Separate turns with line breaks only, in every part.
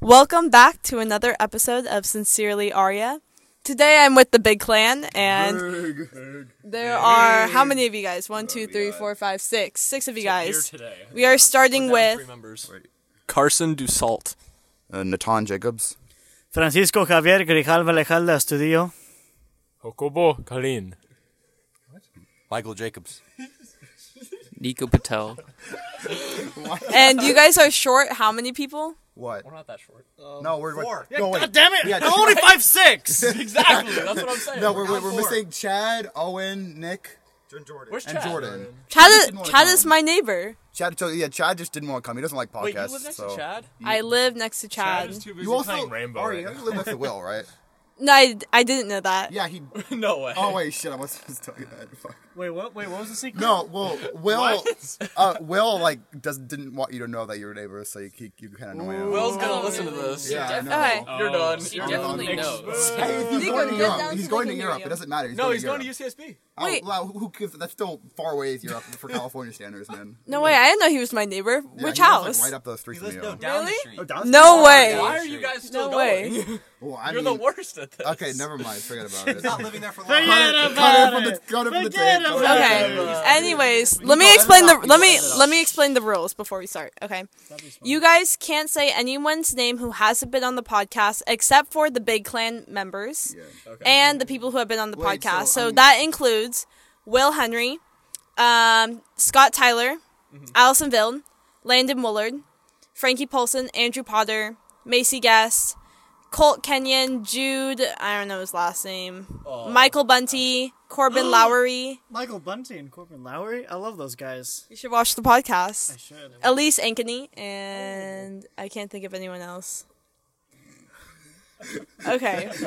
Welcome back to another episode of Sincerely Aria. Today I'm with the Big Clan, and there are how many of you guys? One, two, three, four, five, six. Six of you guys.
today.
We are starting with
members.
Carson Dussault.
Uh, Natan Jacobs.
Francisco Javier Grijalva Lejalda Estudio.
Hokobo Kalin.
Michael Jacobs.
Nico Patel.
and you guys are short. How many people?
What?
Not that short.
No, we're four. No, wait.
Damn it!
Yeah,
I'm only five six.
Exactly. That's what I'm saying.
No, we're, we're, we're missing Chad, Owen, Nick,
Where's
and
Chad?
Jordan.
Chad is,
didn't wanna
Chad
come.
is my neighbor.
Chad, so, yeah, Chad just didn't want to come. He doesn't like podcasts.
Wait, you live next
so.
to Chad?
I live next to Chad.
is too busy
You also,
playing Rainbow.
Ari,
right
you live next to Will, right?
No, I, I didn't know that.
Yeah, he.
now. no way.
Oh wait, shit! I was supposed to tell you that. Fuck.
Wait, what? Wait, what was the secret?
No, well, Will, uh, Will, like, does didn't want you to know that you were neighbors, so you you, you kind of annoying.
Will's gonna listen to this.
yeah, Um, I know.
Okay.
You're done.
He
You're
definitely
done.
knows.
Hey, if he's
Nico,
going to
get down
Europe.
so
He's
they
going to
can hear
Europe.
you.
It doesn't matter. He's
No,
going
he's
to
going
Europe.
to UCSB.
Oh,
Wait.
wow, who gives, that's still far away Europe for California standards, man.
No way. I didn't know he was my neighbor.
Yeah,
Which
he lives, like,
house?
right up the street from you.
down the Really?
Oh,
street.
no way.
Why are you guys still
No
going?
way.
Well, I
You're
mean,
the worst at this.
Okay, never mind. Forget about it.
Not living there for long.
Forget
Cut it
about
from the-
it.
cut it from the
Forget
tape.
about
Okay.
it.
Anyways, let me explain the let me let me explain the rules before we start. Okay. You guys can't say anyone's name who hasn't been on the podcast except for the Big Clan members and the people who have been on the
Wait, so,
podcast. So,
I mean-
that includes Will Henry, um, Scott Tyler,
Mm-hmm.
Allison Vilde, Landon Willard, Frankie Polson, Andrew Potter, Macy Guest, Colt Kenyon, Jude, I don't know his last name,
Oh,
Michael Bunty, Corbin Lowry.
Michael Bunty and Corbin Lowry. I love those guys.
You should watch the podcast.
Should.
Elise Ankeny, and I can't think of anyone else. Okay.
That's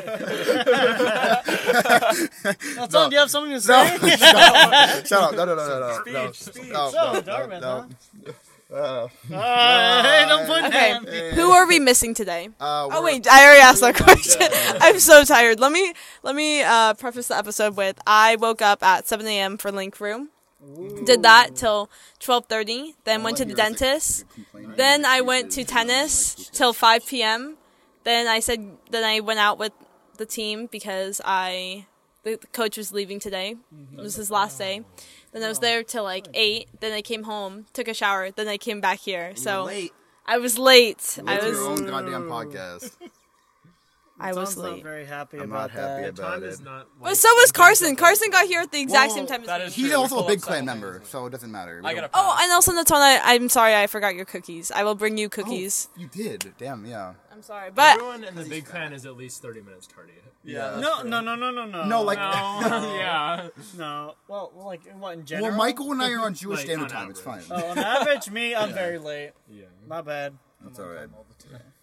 all. Do you have something to say?
Shut up. No, no, no, no, no. No,
Speech.
no,
So,
no, no,
Dartmouth,
no.
Uh, hey, don't put
Okay.
down.
Who are we missing today?
Uh,
Oh
we're-
wait, I already asked that question. I'm so tired. Let me let me uh, preface the episode with I woke up at 7 a.m. for Link Room. Did that till 12:30. Then went to the dentist. Then I went to tennis till 5 p.m. Then I said then I went out with the team because I the the coach was leaving today. It was his last day. Then I was there till like 8. Then I came home, took a shower, then I came back here. So
Late.
I was late. I
It's your
was
own goddamn podcast.
I was
John's not
late.
very happy
I'm
about
not happy
that.
about it.
But so was Carson. Carson got here at the exact same time as
That
me.
is
He's
true.
also
We're
a big
full of
clan member, so it doesn't matter. We
I got a
don't-
Oh, and also Natona, I'm sorry I forgot your cookies. I will bring you cookies.
You did. Damn, yeah.
I'm sorry. But
Everyone in the big clan is at least 30 minutes tardy.
Yeah.
No, no, no, no, no, no.
No, like,
yeah.
no. Well, like what in general?
well, Michael and I are on Jewish
Like,
Standard
on
Time. It's fine.
average.
Oh, on average, me, I'm very late.
Yeah.
My bad.
It's alright.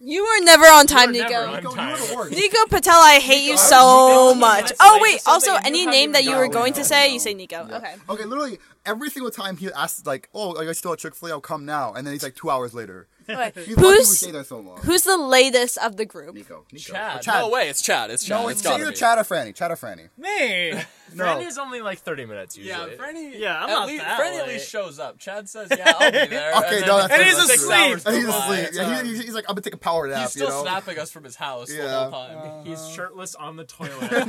you were never on time, Nico.
never on
Go, you
time.
were the worst.
Nico Patel, I hate you so much. Oh wait, also any name that you were
gotten
going
it.
to say, you say Nico. Okay.
Oh, Okay, literally every single time he asks, like, "Oh, are you still at Chick Fil A? I'll come now," and then he's like two hours later.
Okay.
He's lucky we
Who's
stayed there so long.
who's the latest of the group?
Nico? Nico.
Chad. Oh,
Or
No way, it's Chad. It's Chad. it's
It's either
gotta be.
Chad or Franny. Chad or Franny.
Me.
Fran is only like 30 minutes usually.
Yeah, Franny.
Yeah, I'm
at
not
least,
that
Franny at
late.
least shows up. Chad says, "Yeah, I'll be there."
Okay,
and
no,
then
that's- And he's
six
asleep.
hours
And he's
go by.
asleep.
It's,
Yeah,
uh,
he, he's, he's like, I'm gonna take a power nap.
He's still
you know?
snapping us from his house the
Yeah.
whole time.
Uh-huh.
He's shirtless on the toilet.
Yeah,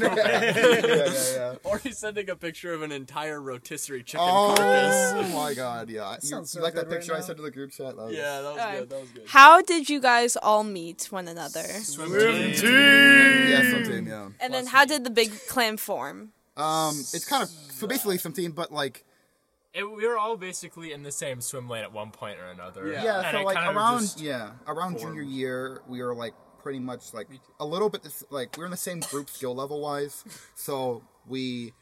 yeah, yeah.
Or he's sending a picture of an entire rotisserie chicken carcass.
Oh my god, yeah. You,
sounds
you
so
like that
good right
picture I
now.
sent to the group chat? That was-
Yeah, that was
Alright.
good. That was good.
How did you guys all meet one another?
Yeah, some team, yeah.
And then how did the big clan form?
Um, it's kind of, so basically some team, but like,
It- we were all basically in the same swim lane at one point or another.
Yeah.
yeah,
And
so
it
like
kind of
around,
just-
yeah, around junior year, we were like pretty much like a little bit, this, like, we were in the same group skill level wise, so we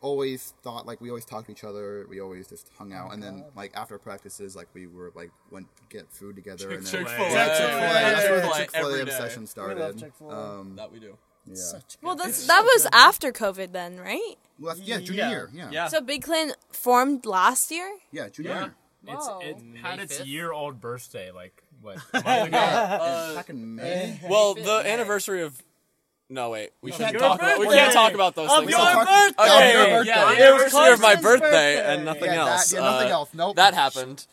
always thought, like, we always talked to each other, we always just hung out, and then, like, after practices, like, we were, like, went to get food together, and then,
Chick
Chick-fil-A,
Fil A.
that's where the
every
Chick-fil-A
day.
obsession started.
Chick-fil-A.
Um,
That we do.
yeah.
Well, that's, that was after COVID then, right?
Well, that's- yeah, junior
Yeah.
year. Yeah.
Yeah.
So Big Clan formed last year?
Yeah, junior
Yeah.
year.
It's,
Whoa.
it had
May
its
5th?
year old birthday, like, what? a month ago?
Back in May.
Well, the anniversary of. No wait, we shouldn't
your
talk. About, we
birthday.
can't talk about those
Of
things.
your
Okay,
birthday! Of Oh, your
yeah,
birthday.
the anniversary of my
Carson's
birthday,
birthday.
and nothing
Uh,
Yeah, that-
else.
yeah, nothing
Uh,
else. Nope.
That happened.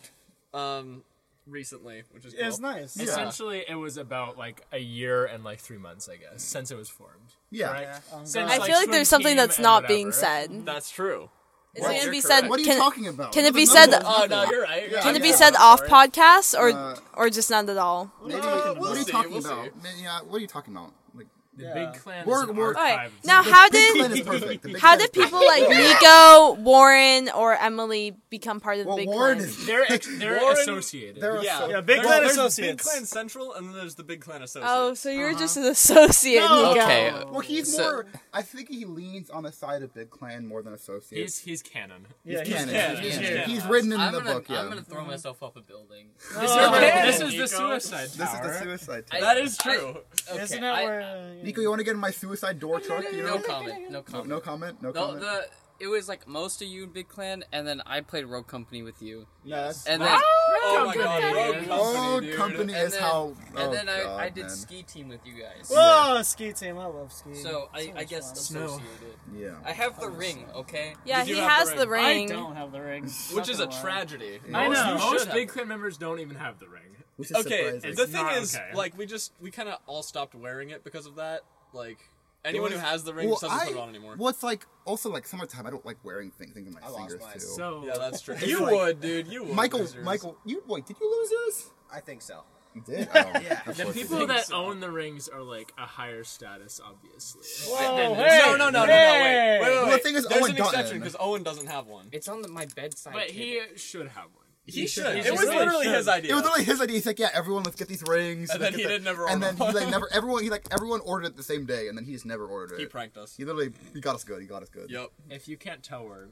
Um,
recently, which is cool.
It's nice.
Yeah.
Essentially, it was about like a year and like three months, I guess, since it was formed.
Yeah.
Right?
I'm
Since,
glad.
I feel like
swim
there's something
team
that's
and
not being
whatever.
said.
That's true.
Is it gonna
you're
be
correct.
said?
What are you
can,
talking about?
can it be
There's
said?
no-
Oh no, you're right.
Yeah,
Can
I
it be
guess.
said off
Sorry.
podcast or
Uh,
or just not at all?
Maybe we can- what are you
see,
talking
we'll see.
about? Ma- Yeah, what are you talking about? Like,
The big clan
We're-
is an
we're-
All
archive.
right. Now, how
Big Clan
did
is perfect. The Big
how
Clan
did
is
people like Nico, Warren, or Emily become part of the
Well,
big
Warren
clan?
is
They're ex- they're
Warren-
associated.
there are
Yeah.
so-
Yeah, Big
There's-
Clan
there's Big
Associates.
Clan Central, and then there's the Big Clan Associates.
Oh, so you're
Uh-huh.
just an associate, Nico.
Okay.
Well, he's
So-
more. I think he leans on the side of Big Clan more than associate.
He's he's canon.
Yeah, he's
canon.
canon.
He's,
Yeah.
he's written in
I'm
the
gonna,
book. Yeah.
I'm gonna throw myself off a building.
This is the suicide
this is
tower.
the suicide.
I-
Tower.
That is true.
Okay,
Isn't that
I-
where? uh,
Nico, you want to get in my suicide door truck? You know?
no comment. No comment.
No comment. No
No,
comment.
the it was like most of you in Big Clan, and then I played Rogue Company with you,
Yeah, that's-
and then
oh my god,
Company,
Rogue
dude.
Oh,
Company, dude.
company
and
is
then,
how.
and
oh,
then I,
God,
I did
man.
ski team with you guys.
Whoa, ski team. I love ski.
So I, I
much
guess
fun.
associated. I
Yeah.
have the ring, okay?
Yeah,
Did you
he
have
has
the
the
I
ring.
don't have the ring,
Which is a tragedy.
I know.
Most Big Clan members don't even have the ring.
Which is
Okay,
surprising.
the thing
not
is,
okay.
like, we just we kind of all stopped wearing it because of that. Like, anyone who has the ring
well,
just doesn't
I,
put it on anymore.
Well, it's like also like summertime. I don't like wearing things, things on my fingers too.
So
Yeah, that's true. You
like-
would, dude. You would.
Michael,
losers.
Michael, you wait, did you lose yours?
I think so.
You did. Oh, yeah.
the people that own the rings are like a higher status, obviously.
Whoa, hey,
No, no, no, no, no. Wait, wait, wait.
Well, the thing is,
There's
Owen
an
got
exception
in.
because Owen doesn't have one.
It's on the, my bedside.
But
table.
he should have one.
He, should.
He
It was
should.
literally his idea.
It was literally his idea. He's like, yeah, everyone, let's get these rings.
And
let's
then
get
he
the-
didn't never
And
order
then he
them.
like never everyone he like everyone ordered it the same day, and then he just never ordered it.
he pranked us.
He literally he got us good. He got us good.
Yep.
If you can't tell, we're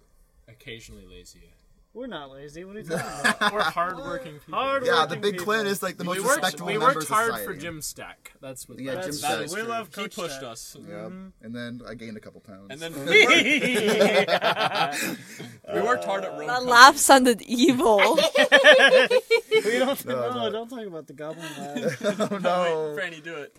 occasionally lazy.
we're not lazy. What are you talking about?
We're hardworking people.
Hard
Yeah, the
Working
big clan
people.
is like the most
we worked,
respectable
we
member
worked
of
hard
society.
for Jim Stack. That's what.
Yeah,
that's-
Jim
That's
Stack.
true. We love
He
Coach
pushed
Stack.
us.
Yep. And then I gained a couple pounds.
And then we worked, we worked hard at
Uh,
Rogue
That
Company.
laugh sounded evil.
We don't. No, don't talk about the goblin. Lad.
oh no,
Franny, do it.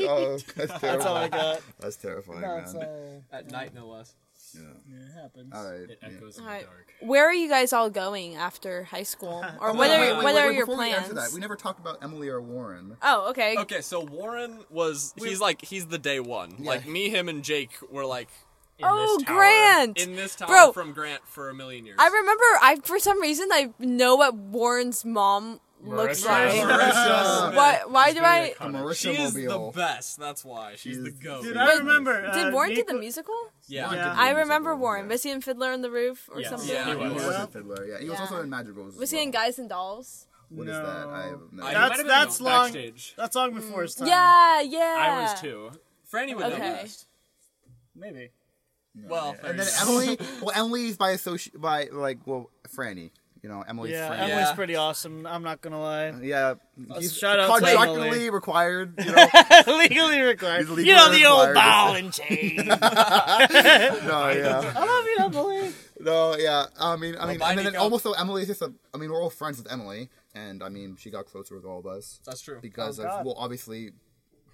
oh, that's
That's all I
terrifying.
got.
That's terrifying,
That's
man.
uh,
At night, no less.
Yeah.
it happens.
All right.
It
yeah.
echoes in
Alright.
the dark.
Where are you guys all going after high school, or what
Wait,
are
wait,
what
wait,
are
wait,
your
before we answer that,
plans?
We never talked about Emily or Warren.
Oh, okay.
Okay, so Warren was he's like he's the day one. Like me, him, and Jake were like
In
Oh,
this tower.
Grant.
in this tower
Bro.
from Grant for a million years.
I remember. I for some reason I know what Warren's mom looks like.
Marissa.
Marissa Smith.
Why? Why do I?
Very iconic.
Marisha
She is the
Mobile.
best. That's why she's
She
the
is-
goat.
Dude, I remember. uh,
Did Warren do
Nico-
the musical?
yeah.
Yeah.
I remember Warren. Was he in Fiddler on the Roof or
Yes.
something?
Yeah,
He was
Yeah.
a fiddler. Yeah, he was
Yeah.
also in Madrigals. as
Was he in
well.
Guys and Dolls?
What is that? I have no idea.
I- might have
That's
been
that's long.
Backstage.
That's long before his time.
Yeah, yeah.
I was too.
Franny would know
Okay.
best.
Maybe.
Well,
And then Emily. Well, Emily's by associ- by like well Franny. You know Emily's
Yeah,
Franny.
Emily's pretty awesome. I'm not gonna lie.
Yeah, he's
shout out to
contractually
Emily.
required. You know,
legally required.
He's legally
you know the
required.
old ball and chain. I
no, yeah,
love you, Emily.
no, yeah. I mean, I mean,
bye,
and then
Nico.
almost so Emily's just a. I mean, we're all friends with Emily, and I mean, she got closer with all of us
that's true.
because
Oh,
of
God.
well, obviously,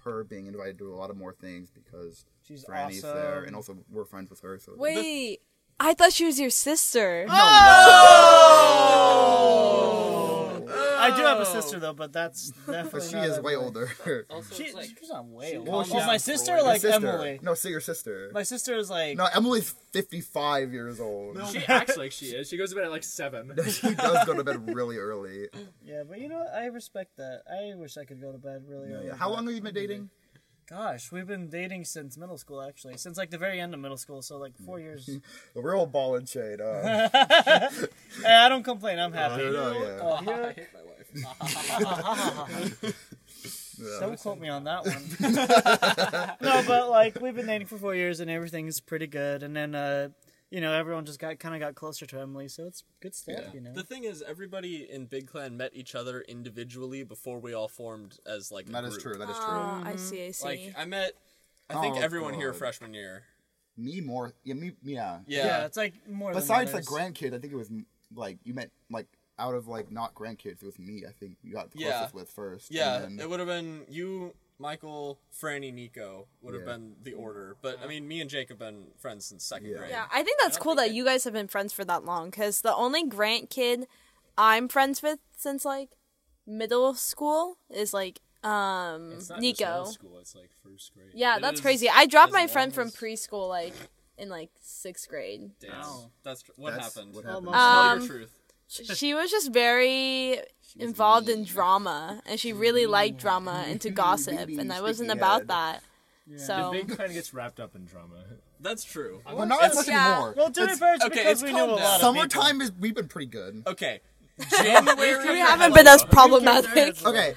her being invited to a lot of more things because
She's
Franny's
awesome.
there, and also we're friends with her. So
Wait, I thought she was your sister. Ah,
I do have a sister though, but that's definitely.
But she
not
is way
Emily.
older.
Also,
She,
it's like
she's not way older.
Well,
Well,
she's
my
not
sister,
Your
like
sister.
Emily.
No, say your sister.
My sister is like.
No, Emily's 55 years old.
She acts like she is. She goes to bed at like seven.
she does go to bed really early.
Yeah, but you know, what? I respect that. I wish I could go to bed really early.
How
but-
long have you been dating?
Gosh, we've been dating since middle school, actually, since like the very end of middle school. So like
Mm.
four years.
The real ball and shade. Uh,
hey, I don't complain. I'm happy.
Oh, I don't know, yeah.
Uh, here-
hate my wife.
Don't quote me on that one. no, but like we've been dating for four years and everything's pretty good. And then uh, you know everyone just got kind of got closer to Emily, so it's good stuff. You know.
The thing is, everybody in Big Clan met each other individually before we all formed as like. a
that is true.
group.
That is true.
Oh, I see. I see.
Like I met, I think
Oh,
everyone here
God.
freshman year.
me more. Yeah, me. Yeah.
Yeah.
yeah. it's like more. than
Besides the
others.
grandkid, I think it was like you met like out of like not grandkids. It was me. I think you got the
Yeah.
closest with first.
Yeah,
And then,
it would have been you, Michael, Franny, Nico would have
Yeah.
been the order. But I mean, me and Jake have been friends since second
Yeah.
grade.
yeah, I think that's cool that you guys have been friends for that long. Because the only Grant kid I'm friends with since like middle school is like um
It's not just
Nico.
middle school, it's like first grade.
Yeah,
It
that's
is
crazy. I dropped
as
my
long
friend from
as-
preschool like in like sixth grade.
Damn.
Wow.
That's tr- what
That's
happened.
what happened.
Um,
Tell your truth.
she was just very involved in drama and she really liked drama and to gossip
mean,
and I wasn't
sticky
about
head.
that.
The
So
big clan gets wrapped up in drama.
That's true.
Well, not as much
Yeah.
anymore.
Well, to be fair, it's
okay,
because
it's
we knew a
called
lot of people.
Summertime is we've been pretty good.
Okay. January.
we haven't been as problematic.
Okay.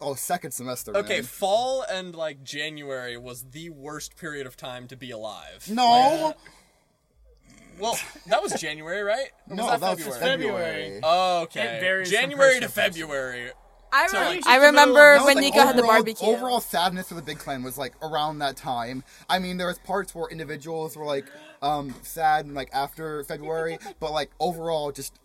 Oh, second semester. Man.
Okay, fall and like January was the worst period of time to be alive.
No.
Well, that was January, right? Or
no,
was
that was
February?
February.
Oh, Okay.
It varies from
January
person
to
to person.
February.
I,
So,
re- I
like, just
remember
That was,
when
like,
Nico had the
overall-
barbecue.
Overall sadness of the Big Clan was like around that time. I mean, there was parts where individuals were like um, sad and like after February, but like overall, just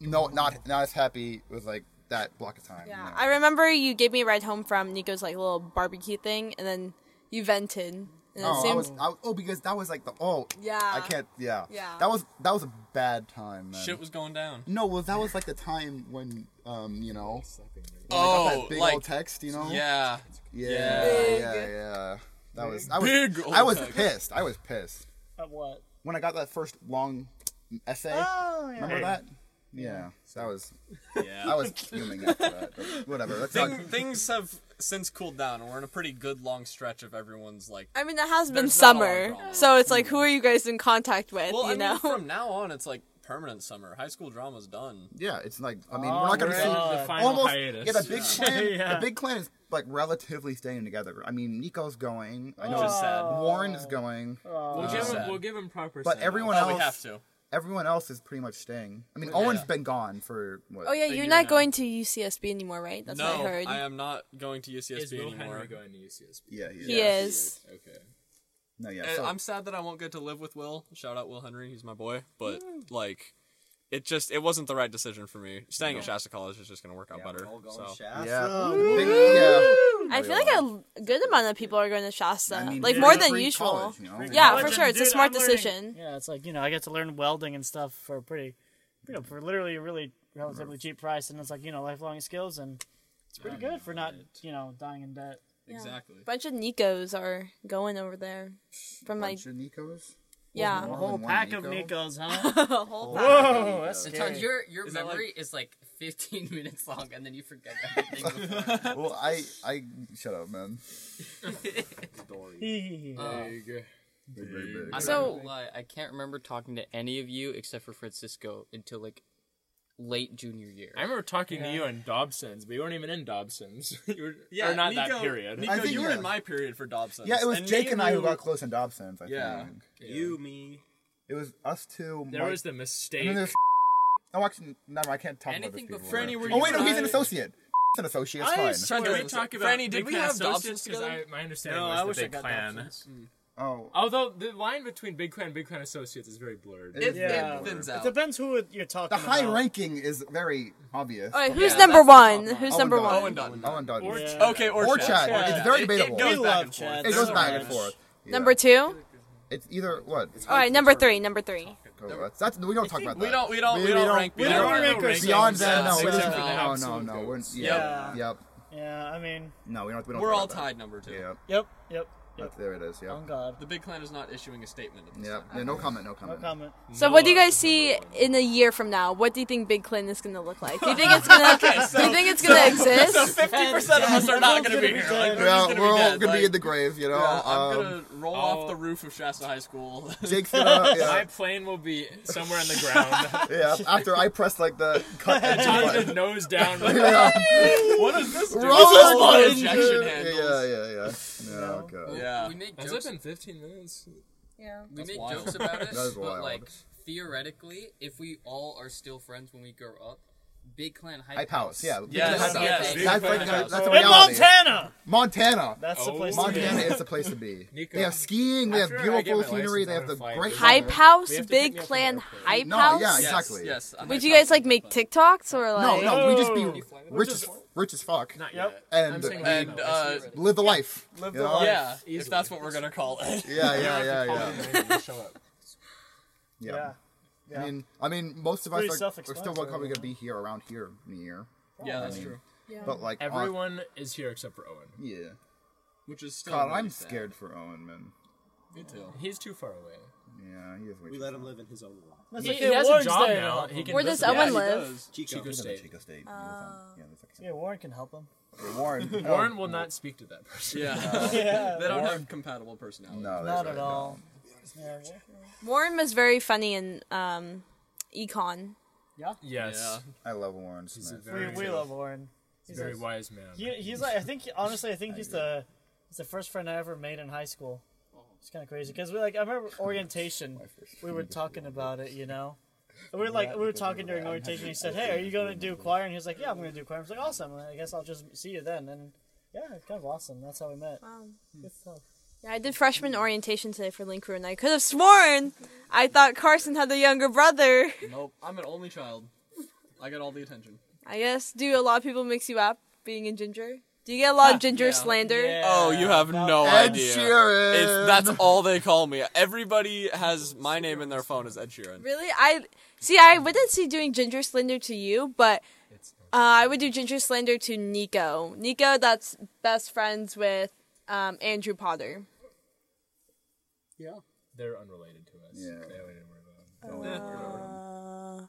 no, not not as happy with like that block of time.
yeah,
No.
I remember you gave me a ride home from Nico's like little barbecue thing and then you vented. And it
Oh, I
seemed-
was, I, oh, because that was like the oh
Yeah.
I can't yeah
Yeah.
that was that was a bad time. Man.
Shit was going down.
no, well that was like the time when um you know I got
Oh,
that big
like
old text you know
yeah.
yeah
Yeah.
yeah yeah. that was I was
Big old
I was
text.
pissed I was pissed
Of what?
when I got that first long essay.
Oh, yeah.
Remember that? Yeah, that was I was fuming after that. but Whatever. That's not,
Thing, things have since cooled down, and we're in a pretty good long stretch of everyone's like.
I mean, it has been
There's not a lot of
summer,
drama.
so it's like, who are you guys in contact with?
Well,
you
I mean,
know,
from now on, it's like permanent summer. High school drama's done.
yeah, it's like I mean
Oh,
we're not gonna
we're
see
in the final
almost
hiatus.
yeah the big clan
Yeah.
the big clan is like relatively staying together. I mean Nico's going. I know
Which is sad.
Warren is going,
We'll, give him,
sad.
we'll give him proper.
but
send-off.
everyone
Oh,
else
we have to.
everyone else is pretty much staying. I mean Owen's been gone for what?
oh yeah,
a
you're
year
not
now.
going to UCSB anymore, right? That's what I
no,
heard.
I am not going to UCSB
is Will
anymore.
Henry going to UCSB?
yeah
he
yeah.
is.
Okay.
No yeah.
And
So,
I'm sad that I won't get to live with Will. Shout out Will Henry, he's my boy. But like, it just it wasn't the right decision for me. Staying at Shasta College is just gonna work out better. So
yeah. Big- yeah.
I feel like a good amount of people are going to Shasta,
I mean,
like
free-
more than
free
usual.
college, you know?
Yeah,
College
for
and
sure, it's a
dude,
smart
I'm learning-
decision.
Yeah, it's like you know, I get to learn welding and stuff for a pretty, you know, for literally a really relatively cheap price, and it's like you know, lifelong skills, and it's pretty good for not you know dying in debt.
exactly.
A bunch of Nikos are going over there from like
Bunch of Nico's.
yeah.
More
A whole
than one
Oh, pack of
Nico?
Nikos, huh?
Whole pack.
Whoa, that's
So
scary.
your your
that like-
memory is like 15 minutes long, and then you forget everything. before.
Well, I, I shut up, man.
Uh,
Big, big, big.
I'm
So-
not gonna lie, I can't remember talking to any of you except for Francisco until like late junior year.
I remember talking to you in Dobson's, but you weren't even in Dobson's. you were
Yeah,
or not
Nico-
that period.
Nico,
I think,
you were
yeah.
in my period for Dobson.
yeah, it was Jake and I who
you-
got close in Dobson's. I
Yeah.
think
You, me.
it was us two.
there
Mike-
was the
and
mistake.
then there's. No, actually, never. I can't talk
Anything
about
but
this.
Franny, were
oh
you
wait, no, he's an
I-
associate. He's an associate. It's fine.
swear-
Can we
Doesn't-
talk about
Franny, did
Big
we
Clan
have
associates?
Dobson's
'Cause
together?
I, my understanding
No,
was
I
the
wish I
Big
got
Clan.
Dobson's.
oh,
Although the line between Big Clan and Big Clan Associates is very blurred.
It-
Yeah.
It thins
It
out.
depends who it- you're
the
talking
high
about.
ranking is very obvious.
All right,
but-
who's
Yeah,
number
that's the top
one?
line.
Who's
Owen
number
Dunn.
one?
Dunn.
Owen Dunn.
Or-
It
Yeah.
Okay, or,
Or
Chad.
Chad. It's
It-
very
it
debatable.
goes
We
back
love
and forth.
Chad.
There's
goes
no
back
right
and
answer.
forth. Yeah.
Number two.
It's either what.
All right, number three. Number three.
Go, that's, that's we don't talk about that.
We don't. We don't. We, don't rank.
we don't
beyond-
rank ourselves.
Beyond that, no.
Yeah,
we
except
don't-
for the
No, no,
absolute
no. We're
goats.
yeah.
Yeah.
Yep.
Yeah, I mean,
No, we don't. We don't.
We're
talk
all
about that.
tied number two.
Yeah.
yep, yep,
Yep.
yep.
There it is.
Oh
Yep.
God,
The big clan is not issuing a statement at this
Yep.
time.
Yeah. No comment. No
no
comment.
comment.
So, what do you guys see in a year from now? What do you think Big Clinton is going to look like? Do you think it's going to? do you think it's going to exist?
Fifty percent of us are not going to be here. Like,
Everyone's gonna be dead.
we're
Yeah,
just gonna
we're all
be
gonna
dead.
be
like,
in the grave, you know.
yeah, I'm
um,
gonna roll off the roof of Shasta High School.
Jake's gonna,
My
yeah,
plane will be somewhere on the ground.
yeah. After I press like the cut edge
Not
button,
even nose down.
yeah,
what is this? Dude?
Roll the
all
button.
injection
yeah,
handles.
yeah, yeah, yeah. No, God.
Yeah.
we make
Has it
jokes.
been 15 minutes?
Yeah.
we make
wild.
jokes about it,
That is
but
wild.
like theoretically, if we all are still friends when we grow up, Big Clan hype,
Hype house, yeah.
Yes,
Hype house.
yes,
big
That's,
hype
like,
house.
that's a
In
reality.
Montana,
Montana.
that's the
Oh,
place. to be.
Montana is the place to be.
Nico.
They have skiing. They have
After I get
beautiful
my
scenery.
license,
They
I'm
have the
gonna fly
great
to-
Hype House,
We have to pick
Big
me up from
Clan,
the airport.
Hype
No,
House.
yeah,
Yes,
Exactly.
Yes. I'm
Would
hyped
you guys
up.
like make TikToks or
No,
like?
no, we just
Whoa.
be rich as rich as fuck
Not
Yep.
yet. I'm
and
saying
And
no.
uh,
live the life.
Live
you
the
know?
life.
yeah, if that's what we're gonna call it.
Yeah, yeah,
Oh,
yeah, yeah.
Show up.
Yeah.
Yeah.
I mean, I mean, most of us
Pretty
are, are still
self-explanatory.
probably gonna be here around here in a year.
Yeah, that's true.
But like on-
Everyone is here except for Owen.
yeah.
Which is still.
God,
really
I'm
sad.
scared for Owen, man.
Me too.
He's too far away.
Yeah, he is way
We
too
let him live in his own world.
That's
He,
okay,
he has a
Warren's
job
there to
now.
help
He
him.
can
Where does
visit-
Owen
yeah,
live?
Chico.
Chico State.
Chico State.
Oh.
yeah, that's like
Yeah, Warren can help him.
Warren. oh,
Warren will not speak to that person.
Yeah.
Yeah,
they don't have compatible personalities.
No, that's
not
right.
at all. Yeah, Warren-
Warren was very funny in um, econ.
Yes.
I love Warren
He's a
Smith.
very,
we, we love Warren. He's
very
a-
wise man.
He, he's like I think honestly I think he's the he's the first friend I ever made in high school. It's kind of crazy because we like I remember orientation. We were talking about it, you know. And We were like we were talking during orientation. He said, "Hey, are you going to do choir?" And he was like, "Yeah, I'm going to do choir." I was like, "Awesome! I guess I'll just see you then." And yeah, it's kind of awesome. That's how we met. Good stuff.
Yeah, I did freshman orientation today for Link Crew, and I could have sworn I thought Carson had a younger brother.
Nope. I'm an only child. I get all the attention.
I guess. Do a lot of people mix you up being a ginger? Do you get a lot of ginger slander?
Oh, you have
about
no
that.
Ed
idea.
Sheeran.
It's, that's all they call me. Everybody has my name in their phone as Ed Sheeran.
Really? I see. I wouldn't see doing ginger slander to you, but uh, I would do ginger slander to Nico. Nico, that's best friends with um, Andrew Potter.
They're unrelated to us.
Yeah.
They already were
Uh,
about.
Oh, Those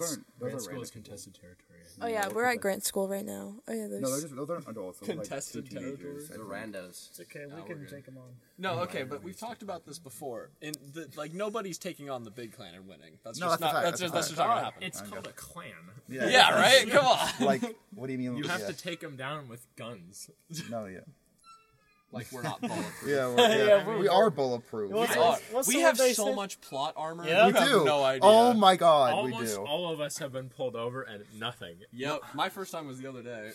aren't- those
Grant's
aren't
school
random
is contested territory.
Uh,
Oh yeah, we're at Grant School right now. Oh yeah,
No, they're
there's.
just those aren't adults. Those are like two
Contested
teenagers. I
The
think.
randos.
It's okay. We can take him on.
No, okay, but we've talked about this before. In the, like nobody's taking on the big clan and winning. That's
No,
just
that's a
not.
fact,
That's,
that's
just
a
that's
fact.
just not gonna happen.
It's called a clan.
Yeah,
Yeah, right. Come on.
Like, what do you mean?
You have
yeah.
to take them down with guns.
No, yeah.
like we're not bulletproof.
Yeah, we're, yeah, we are bulletproof.
What's-
are.
what's
we
the
have
one they
so
said?
much plot armor.
Yeah.
You
We
have
do.
no idea.
Oh my god, we
Almost
do.
all of us have been pulled over and nothing.
Yep. My first time was the other day.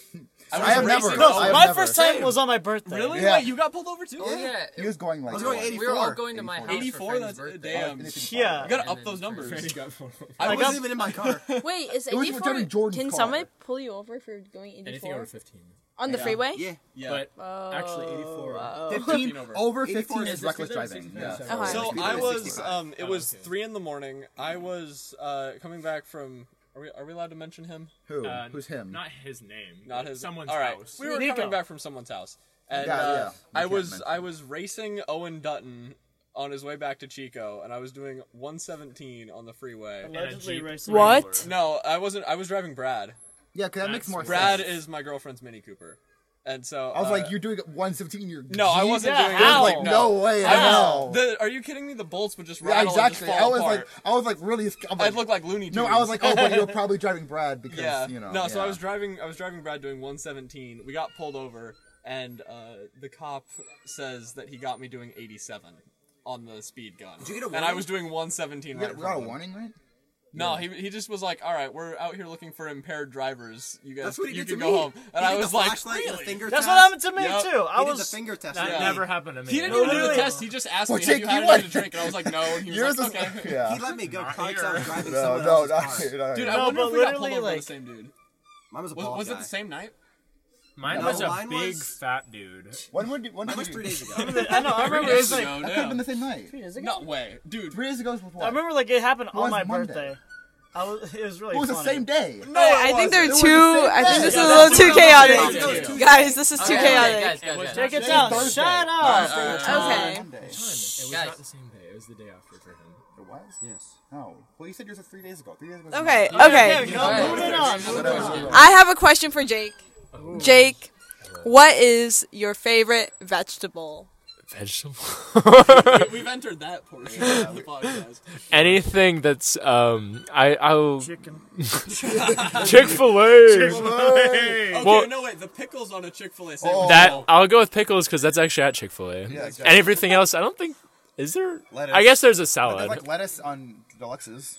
I have never.
No,
I have
my
never.
first time was on my birthday.
Really?
Yeah.
Wait, you got pulled over too?
Oh yeah,
He was going like.
I was going
what?
we were all
84.
going to my house
84?
for Franny's
That's-
birthday.
damn.
Yeah.
You gotta
And
up
then
those numbers.
Franny got pulled over.
I
I
was
wasn't even in my car.
Wait, is
was
84?
Lieutenant Jordan's
Can
car.
someone pull you over if you're going 84
Anything over 15.
on the freeway?
Yeah.
yeah. Oh,
But actually, 84.
Fifteen
over.
over
84
15
is
is reckless driving.
16,
Yeah.
Okay.
So
Speed
I
limit Oh, is
was,
65.
um, it was three in the morning. I was uh, coming back from. Are we, are we allowed to mention him?
Who?
Uh,
Who's him?
Not his name.
Not his.
Someone's
all right.
house.
We were
Nico.
coming back from someone's house, and
Yeah, yeah.
uh,
We
I
can't
was
mention
I was racing Owen Dutton on his way back to Chico, and I was doing 117 on the freeway.
And a
Allegedly
Jeep
racist.
What?
Wrangler.
No, I wasn't. I was driving Brad.
yeah, 'cause that makes more
Brad
sense.
is my girlfriend's Mini Cooper, and so
I was
uh,
like, you're doing 117. You're
No, I wasn't
Yeah,
doing it.
how?
I was like, no way in hell.
The, are you kidding me? The bolts would just
Yeah,
rattle
exactly.
and just
I
fall
was
apart.
like, I was like really. sc- I'm like,
I'd look like Looney Tunes.
No, I was like, oh, but you were probably driving Brad because you know.
no, so
yeah.
I was driving. I was driving Brad doing 117. We got pulled over, and uh, the cop says that he got me doing 87 on the speed gun.
you get a
and I
warning?
was doing 117.
We
right
got, we
in front
got a
of him.
warning, right?
No, he, he just was like, "All right, we're out here looking for impaired drivers. You guys,
That's what he
you
did to
can
me.
go home."
He
And I
did
was
the
like,
flashlight and the
"Really?"
finger
That's
test.
what happened to me
Yep.
too. I
He
was
did the finger test.
That
on me.
never happened to me.
He didn't
No,
even do the
really.
test. He just asked
Well,
me if
Jake,
you
you
had anything
went-
to drink, and I was like, "No." And he was
Yours
like,
is-
"Okay."
yeah.
He let me go.
Not
Clocks
here.
out driving
No,
someone
no,
else's
not
car.
here, not
Dude,
here.
I
No,
wonder
but
if we got pulled
literally,
over by the
like-
same dude.
Mine was a
Was,
bald
was
guy.
it the same night?
Mine
No,
was a
mine
big
was-
fat dude.
When would you- when
Mine
did
was
you-
three days ago.
I know. I remember it was like.
no,
That could have been the same night.
No way, dude.
Three days ago was what?
I remember like it happened on
was
my
Monday.
birthday. I was. It was really.
It was the
funny.
same day.
No, I think they're
wasn't.
too.
It
I
was
think
the
this is
same
a
day.
little too
It was
chaotic.
Tuesday.
Guys, this is too
Okay, okay,
chaotic.
guys, guys, guys.
Take it
Thursday.
down.
Thursday.
Shut up.
Okay.
Monday.
It was
Guys.
not the same day. It was the day after for him.
It was?
Yes.
No. Well, you said yours was three days ago. Three days ago. was
Okay.
There we
Okay.
go. Moving on.
I have a question for Jake. Jake, what is your favorite vegetable?
We've entered that portion of the podcast.
Anything that's um, I I'll
Chicken.
Chick Fil A.
Okay,
Well-
no wait, the pickles on a Chick Fil A
Oh.
sandwich.
That I'll go with pickles because that's actually at Chick Fil A. And
exactly.
everything else, I don't think is there.
Lettuce.
I guess there's a
They
salad.
like lettuce on deluxes.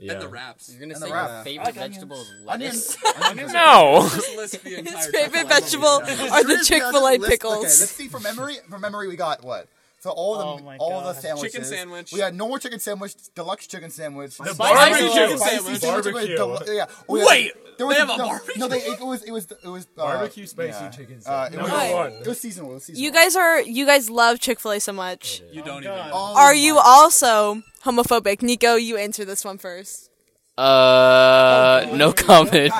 yeah.
and the wraps.
You're gonna
And
say
the
your
wrap.
favorite vegetable is lettuce.
Onions. Onions.
No.
Just list the entire
His
Chick-fil-A
favorite
menu.
vegetable are the Chick Fil A
List- Okay, let's
pickles.
see. From memory, from memory, we got what? So all the
Oh my
all the
God.
sandwiches.
Chicken sandwich.
We had normal chicken sandwich, deluxe chicken sandwich, the
barbecue chicken sandwich.
Barbecue. Delu- yeah. Oh, yeah.
Wait,
there was
they have a
no,
barbecue?
No, they, it was it was it was uh,
Barbecue spicy
yeah.
chicken
Uh,
sandwich.
it,
Number
was,
one.
it was seasonal. It was seasonal.
You guys are you guys love Chick Fil A so much.
You don't
God.
even.
Oh
Are you
my-
also homophobic? Nico, you answer this one first.
Uh, no comment.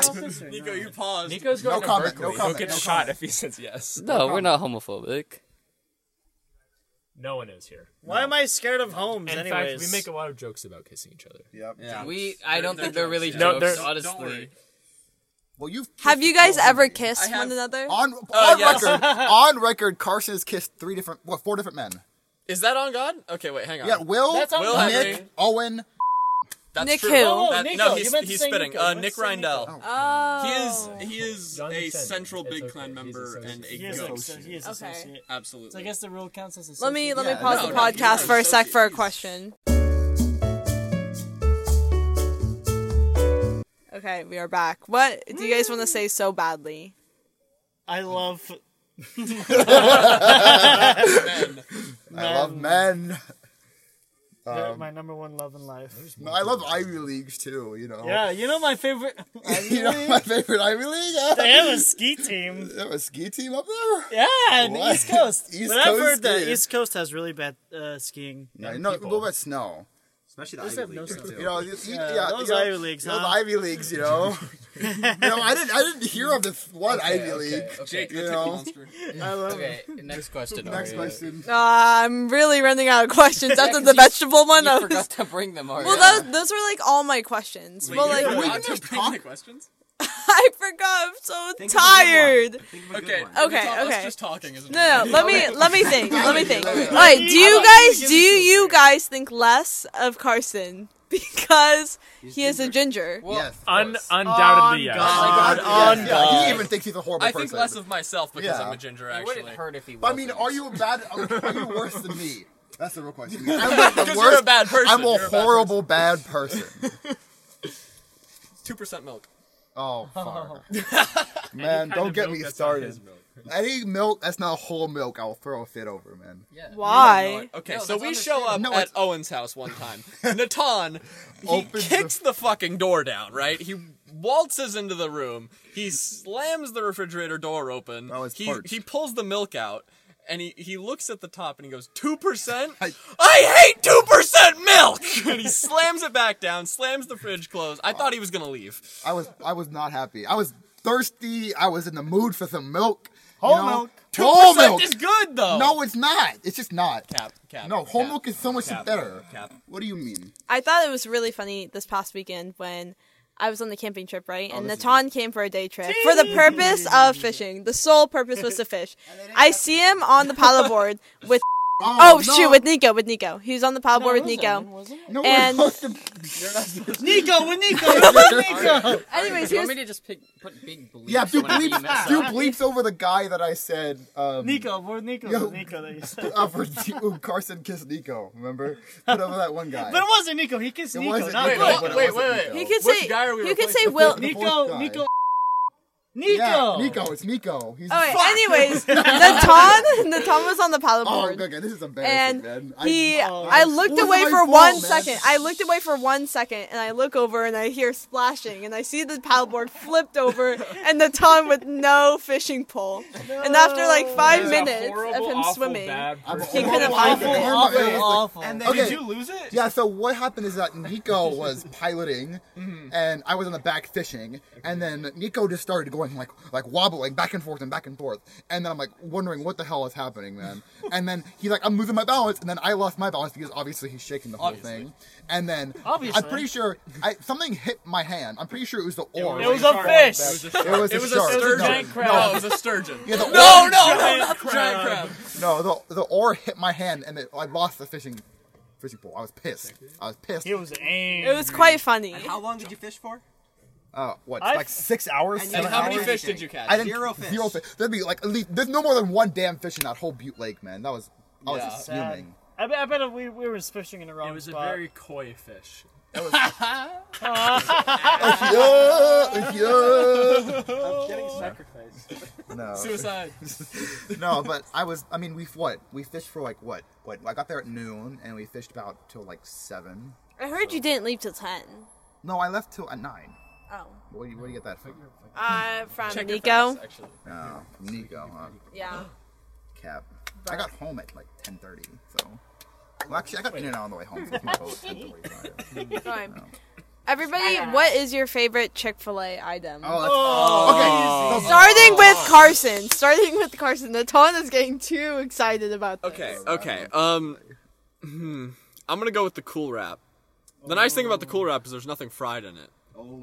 Nico, you paused.
Nico's
No
going to
comment, no
Berkeley. He'll
comment,
get
no
shot
comment.
if he says yes.
No, we're not homophobic.
No one is here.
Why am I scared of homes?
In
anyways,
fact, we make a lot of jokes about kissing each other.
Yep.
Yeah.
We, I don't think they're really
No,
jokes,
they're-
honestly.
Well, you've
Have you guys ever
I
kissed
have-
one another?
on on
yes.
record on record Carson has kissed three different what four different men.
Is that on God? Okay, wait, hang on.
Yeah, Will,
That's on
Will
God.
Nick,
Henry.
Owen.
That's
Nick
true.
who? Oh,
That-
Nico,
no,
you
he's,
meant to
he's
say
spitting.
Nico.
Uh,
You meant
Nick
to say Nico.
Rindell. He is
Oh.
he is
Jonathan
a
said it.
central
It's
big
okay.
clan
He's
member
associated.
and
he
a
is
ghost.
associate. He is
Okay.
associate.
Absolutely.
So I guess the rule counts as associate.
Let me let me
Yeah,
pause
no,
the
no,
podcast
you're
for a sec
associate.
for a question. Okay, we are back. What do you guys want to say so badly?
I love.
I love men.
They're my number one love in life.
Um, No, I love Ivy Leagues too. You know.
Yeah, you know my favorite.
You know my favorite Ivy League.
they have a ski team.
They have a ski team up there.
Yeah, in the
What?
East Coast.
East
but I've
Coast
heard that
skiers.
East Coast has really bad uh, skiing.
No, no, what about snow?
Especially the Ivy
have no
League.
sense.
You know, you, you, yeah,
those
you know,
Ivy Leagues,
you know, the
huh?
Ivy Leagues, you know. you know, I didn't, I didn't hear of this one Ivy League.
Jake the
You
Cookie
know.
Monster.
I love it.
Okay, next question.
Next
Aria.
question.
Oh
Uh, I'm really running out of questions after
'cause
the
you-
vegetable one. I
You
was-
forgot to bring them, Aria.
well, those, those were like all my questions. well, like
forgot?
Wait,
didn't
to
talk-
bring the questions.
I forgot. I'm so
Think of a good one.
tired.
Think of a good
Okay.
one.
Okay,
that's all- that's
okay.
just talking, isn't it?
No, no, let me let me think. Let me think.
Okay.
Wait, do you
How about you
guys
give
do
me
you guys think less of Carson because he is a ginger?
Yes.
Un- undoubtedly, yes.
God,
on
yes, yeah,
God.
He even thinks he's a horrible
I
person.
think less of myself because
Yeah.
I'm a ginger.
It wouldn't
Actually,
hurt if he
But I
wasn't.
mean, are you a bad? Are you worse than me? That's the real question. I'm like the worst.
because you're a bad person.
I'm a horrible bad person.
Two percent milk.
Oh, fuck. man,
Kind
don't
of
get
milk
me
that's not
started.
his milk.
Any milk that's not whole milk, I'll throw a fit over, man.
Why?
Okay,
No,
so
that's
we show up
No,
at
it's-
Owen's house one time. Natan, he
Opens the-
kicks the fucking door down, right? He waltzes into the room. He slams the refrigerator door open.
Oh, it's
he,
parched.
he pulls the milk out. And he, he looks at the top and he goes, 2%? I,
I-
hate 2% milk! And he slams it back down, slams the fridge closed. I thought he was gonna leave.
I was I was not happy. I was thirsty. I was in the mood for some milk. you
Whole
know?
milk.
Whole
2%
milk.
is good though!
No, it's not. It's just not.
Cap, cap.
No, whole
cap.
milk is so much better.
Cap.
What do you mean?
I thought it was really funny this past weekend when I was on the camping trip, right?
Oh,
And Natan came for a day trip for the purpose of fishing. The sole purpose was to fish. I see him on the paddle board with oh,
no.
shoot with Nico with Nico. He was on the paddle board with Nico.
No,
and-
we're supposed
Nico, with Nico, with Nico.
Anyways,
Do you
here's
want me to just pick, put big bleeps?
yeah, do
whenever you
bleeps,
mess
do
up?
bleeps over the guy that I said. Um,
Nico, with Nico,
Yo.
with Nico. That you said.
uh, for, who Carson kissed Nico. Remember, put over that one guy.
But it wasn't Nico. He kissed
It
Nico.
wasn't
not
Nico,
Nico.
but it
Wait,
wasn't
wait, wait.
he
Nico.
could
Which
say
guy are we
you could
replacing?
say Will.
fourth guy.
Nico, Nico,
Yeah,
Nico.
Nico. It's Nico. He's
Oh, wait. Anyways,
Oh,
Natan, Natan was on the paddle
oh,
board.
okay, this is embarrassing,
and
man.
he,
I,
I looked
It was
away for
my fault,
one
man.
second. I looked away for one second, and I look over and I hear splashing, and I see the paddleboard flipped over, and Natan with no fishing pole. And after like five
There's a
minutes of
horrible,
him
awful,
swimming,
bad
I'm
he
person.
horrible,
couldn't find
awful,
it.
horrible,
Awful, awful.
And then
Okay.
Did you lose it?
Yeah, so what happened is that Nico was piloting and I was in the back fishing and then Nico just started going like like wobbling back and forth and back and forth and then I'm like wondering what the hell is happening man. and then he's like I'm losing my balance and then I lost my balance because obviously he's shaking the whole thing. And then
Obviously.
I'm pretty sure I something hit my hand. I'm pretty sure it was the oar.
It was a fish.
It was a
It was a
shark. No.
sturgeon.
giant crab.
No, it was a sturgeon.
Yeah, the oar-
no, no, no, not the giant crab.
No, the the oar hit my hand and it, I lost the fishing fishing pole. I was pissed. I was pissed.
He was
It
angry.
was quite funny.
How long did you fish for?
Uh, what?
I-
like six hours.
And
seven
how
hours?
many fish did
you catch?
I didn't,
Zero fish.
Zero fish. There'd be like at least there's no more than one damn fish in that whole Butte Lake, man. That was I was
Yeah.
Sad.
fuming.
I, bet, I bet if we, we were fishing in the wrong
It was a
spot.
very koi fish.
Yeah, yeah.
Getting sacrificed.
No,
Suicide.
no, but I was. I mean, we what? We fished for like what? What? I got there at noon and we fished about till like seven.
I heard you didn't leave till ten.
No, I left till at nine.
Oh,
Where do you, where do you get that from?
uh, from Nico.
Oh, Nico, huh?
Yeah.
Cap. I got home at like ten thirty. So, well, actually, I got in and out on the way home. So it's my boat.
Sorry. Everybody, what is your favorite Chick Fil A item?
Oh, that's, Oh, okay.
Oh,
so-
Starting with Carson. Starting with Carson. Natan is getting too excited about this.
Okay, okay. Um, hmm, I'm gonna go with the cool wrap. The nice thing about the cool wrap is there's nothing fried in it,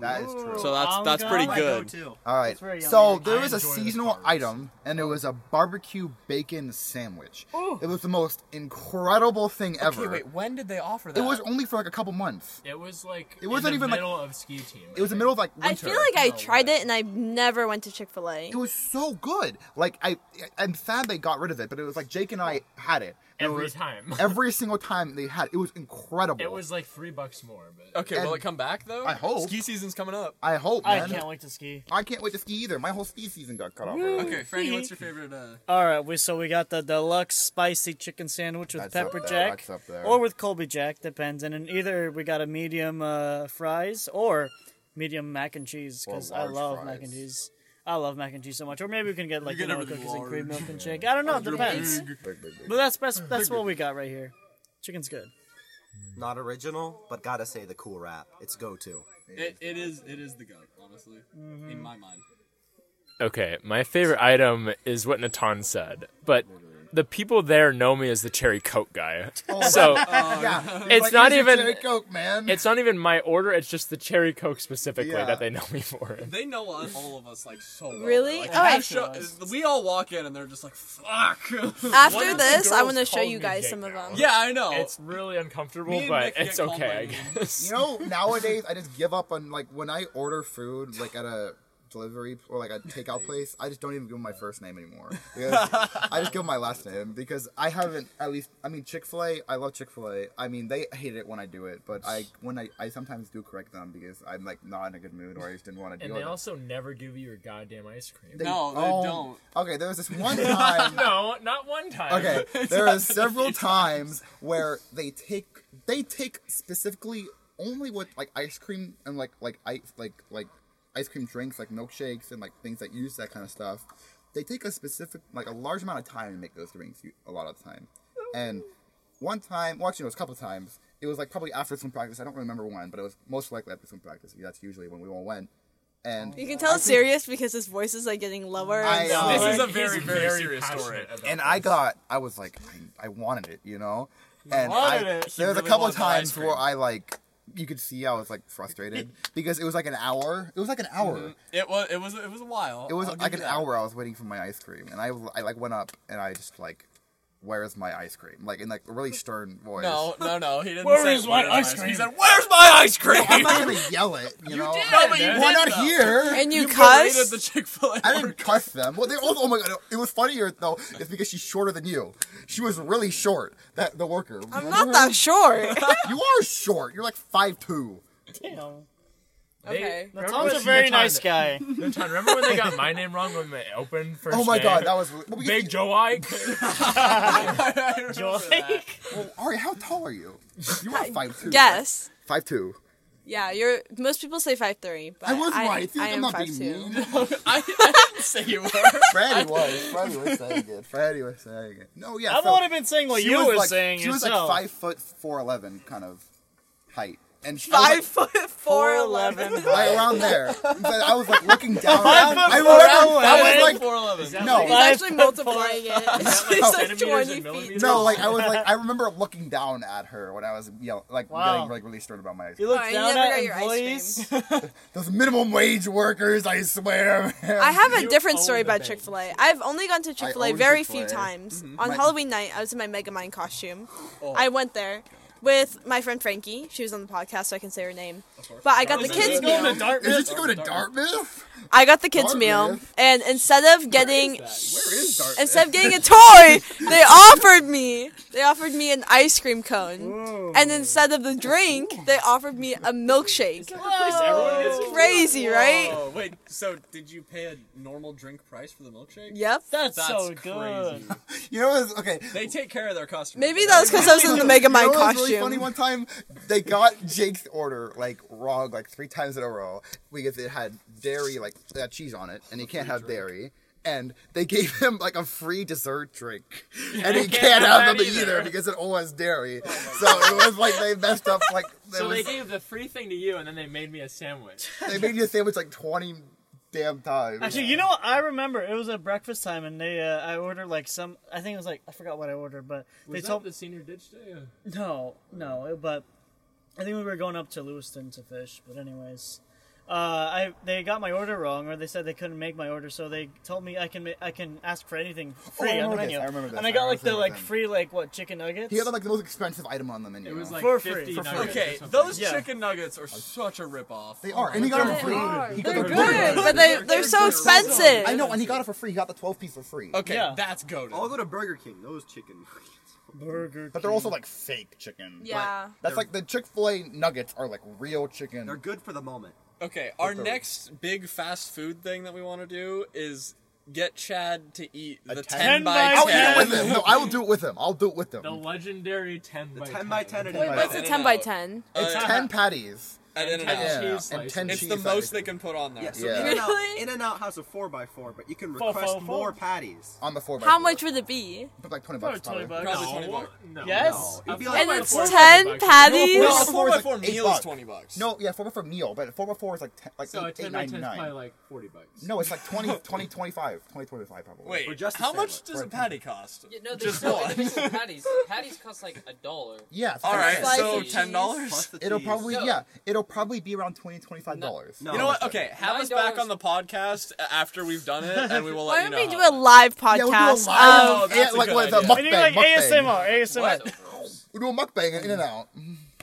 that is true.
so that's
I'm
that's
gonna-
pretty
I
good.
All right.
very yummy.
So there
I
was a
enjoy the
seasonal
carbs.
item, and it was a barbecue bacon sandwich. It was the most incredible thing ever.
Okay, wait, when did they offer that?
It was only for like a couple months.
It was like
It wasn't
in the
even, like-
middle of ski team.
It was the middle of like winter.
I feel like I tried it and I never went to Chick Fil A.
it was so good. Like I, I'm sad they got rid of it, but it was like Jake and I had it And it
every
was-
time.
Every single time they had it, it was incredible.
It was like three bucks more, but
Okay, will it come back though?
I hope.
Ski season's coming up.
I hope,
I
man.
can't wait to ski.
I can't wait to ski either. My whole ski season got cut off. already.
Okay, Franny, what's your favorite? Uh,
All right, we so we got the deluxe spicy chicken sandwich with
That's up
pepper
there,
jack,
that's up there.
or with Colby Jack, depends. And in either we got a medium uh, fries or medium mac and cheese because
Or
I
large
love
fries.
mac and cheese. I love mac and cheese so much, or maybe we can get like you
get
know
everything
cookies and cream
large.
milk and shake. I don't know, it depends.
Big, big, big.
But that's that's, that's what we got right here. Chicken's good.
Not original, but gotta say the cool rap. It's go to.
it, it is it is the goat, honestly, in my mind.
Okay, my favorite item is what Natan said, but the people there know me as the cherry coke guy.
Oh,
so
yeah,
Oh, it's
like,
not
here's your
even
Cherry Coke, man.
it's not even my order, it's just the cherry coke specifically
Yeah.
that they know me for.
They know us- all of us like so well.
Really?
Like,
All
Oh, I
right.
show- we all walk in and they're just like, "Fuck."
One
After
of the
this, I
girls
want to show
called
you
me
guys
Jake
some of
now.
them.
yeah, I know.
It's really uncomfortable,
Me and
but
Nick get
it's okay,
called
I guess.
You know, nowadays I just give up on like when I order food like at a delivery or like a takeout place, I just don't even give them my first name anymore. Because I just give them my last name because I haven't at least I mean Chick Fil A. I love Chick Fil A. I mean they hate it when I do it, but I when I I sometimes do correct them because I'm like not in a good mood or I just didn't want to
and
deal
they
with it.
also never give you your goddamn ice cream.
No, they
oh,
don't.
Okay, there was this one time.
no, not one time.
Okay, there are several times where they take they take specifically only with like ice cream and like like ice like like ice cream drinks like milkshakes and like things that use that kind of stuff. They take a specific like a large amount of time to make those drinks u- a lot of the time. And one time, well, actually, it was a couple times. It was like probably after swim practice. I don't remember when, but it was most likely after swim practice. That's usually when we all went. And
You can tell it's serious because his voices are getting lower.
I
and
know.
this is a
He's
very very, serious
passionate
story.
about
and
that.
I got, I was like, I, I wanted it, you know. And
wanted
I,
it.
there
You
was a
really
couple
wanted the ice
times where
cream.
I like, you could see I was like frustrated because it was like an hour. It was like an hour.
It was it was it was a while.
It was
Mm-hmm. I'll
like
give you
an
that.
hour. I was waiting for my ice cream, and I, I like went up and I just like, where's my ice cream? Like in like a really stern voice.
No, no, no. He didn't.
Where
say,
is my
"Where's
ice cream?"
He said, "Where's my ice cream?"
I'm not gonna yell it, you, know.
no, but you
Why
did,
not
though.
here?
And you,
You berated
cuss.
the Chick Fil A.
I didn't cuss them. Well, they also, oh my god, it was funnier though. It's because she's shorter than you. She was really short. That the worker.
I'm
Remember
not
her?
that short.
You are short. You're like five two.
Damn.
okay.
Tom's a
when-
very
Natan-
nice guy.
Natan, remember when they got my name wrong when they opened first?
Oh my
day?
god, that was well, we-
Big Joe Ike.
Joel.
well, Ari, how tall are you? You were five two.
Yes.
five two.
Yeah, you're. Most people say five three, but
I was right. See,
I,
I'm
am
not
five
being
two.
mean.
I, I didn't say you were.
Freddie was. Freddie was saying it. Freddie was saying it. No, yeah.
I
so
would have been saying what
she
you
was
were
like,
saying
She was
yourself.
like five foot four eleven kind of height, and she
Five
was
foot four eleven.
like, right around there. But I was like looking down.
Five foot
I
four
remember. I
eleven.
was like.
Four eleven.
No,
He's actually multiplying it. He's like
centimeters and
twenty feet.
millimeters?
No, like I was like I remember looking down at her when I was yell like
Wow.
getting like really stern about my ice
You
cream.
look
Alright, you
down
never
at
got your ice
employees.
Those minimum wage workers, I swear. man.
I have a different
own
story
the
about
bank.
Chick Fil A. I've only gone to Chick Fil A
own
very
Chick-fil-A. Mm-hmm.
few times. On
My-
Halloween night, I was in my Megamind costume. I went there with my friend Frankie. She was on the podcast, so I can say her name. But I got the kids meal.
Is it you go to Dartmouth?
I got the kids meal,
Dartmouth?
and instead of getting
Where is Dartmouth?
instead of getting a toy, they offered me they offered me an ice cream cone, and instead of the drink, they offered me a milkshake. Crazy, right?
Oh wait, so did you pay a normal drink price for the milkshake?
Yep.
That's,
That's
so
crazy.
good.
You know, it's, okay.
They take care of their customers.
Maybe that was because I was in the
you know
Megamind
what was really
costume.
funny? One time, they got Jake's order like wrong, like three times in a row because it had dairy, like that cheese on it, and you can't have dairy. and they gave him like a free dessert drink, and he can't have them either. because it all has dairy. so it was like they messed up. Like they,
So
was,
they gave the free thing to you, and then they made me a sandwich.
they made you a sandwich like twenty damn times.
Actually, you know what? I remember it was at breakfast time, and they uh, I ordered like some. I think it was like I forgot what I ordered, but
Was
they
that
told
the senior ditch day? Uh,
no, no. But I think we were going up to Lewiston to fish. But anyways, uh, I they got my order wrong, or they said they couldn't make my order, so they told me I can ma- I can ask for anything free on the
remember this,
menu.
Oh, I remember this,
And I
I
got
remember
like the
seeing
like
them.
free like what chicken nuggets.
he had like the most expensive item on the menu.
It was like
For free.
50
For free.
nuggets or
Okay,
something.
those
Yeah.
chicken nuggets are such a ripoff.
they are, and he got it for free. He got
They're
the-
good, but they they're so expensive.
I know, and he got it for free. He got the twelve piece for free.
Okay,
Yeah.
that's goaded.
I'll go to Burger King. Those chicken nuggets.
burger.
But they're also like fake chicken.
Yeah.
That's like the Chick Fil A nuggets are like real chicken.
They're good for the moment.
Okay, our
Pepperoni.
next big fast food thing that we want to do is get Chad to eat the 10,
10
by
by
I'll
10.
do it with him. No, I will do it with him. I'll do it with him.
The legendary 10
The
by
10 by 10
Wait,
What's a
In-N-Out.
ten by ten?
It's
Uh,
ten patties.
At In-N-Out.
ten
Yeah,
cheese
and
slices.
ten
It's
cheese.
the most they
slices.
can put on there.
Yeah, so
Yeah.
In, and out,
Really?
in and out has a 4x4, but you can
Four,
request
four, four?
more patties.
on the four. by
How
four.
much would it be?
Put like twenty
Probably
bucks.
20
probably.
bucks.
Probably 20 bucks.
No.
Yes?
It'd be like
And it's
four
ten
bucks.
patties.
No, a
Four by
4
four
by 4
is like eight
meal is
bucks.
20 bucks.
No, yeah, four by four meal, but four by four is like ten, like
So a
eight,
10
eight
by
ninety
10 is probably
nine.
like 40 bucks.
No, it's like 20, 20, 25, 20, 25 probably.
Wait,
For just a
how much
sandwich.
does a patty cost?
Yeah, no,
Just
there's no
one.
individual patties. Patties cost like a dollar.
Yeah. that's what I'm
All right,
saying.
Slice
so
of cheese.
plus
$10?
the
It'll
cheese.
probably
No.
yeah. It'll probably be around 20 25 dollars.
No.
You know what? Okay, have us
$9
back on the podcast after we've done it, and we will
Why
let you
don't
know.
we do
how-
a live
Yeah, we'll do a
podcast?
live,
Oh, that's a
like
good
with a
idea.
We
mukbang.
need like
mukbang.
ASMR, ASMR.
What?
We do a mukbang in and out.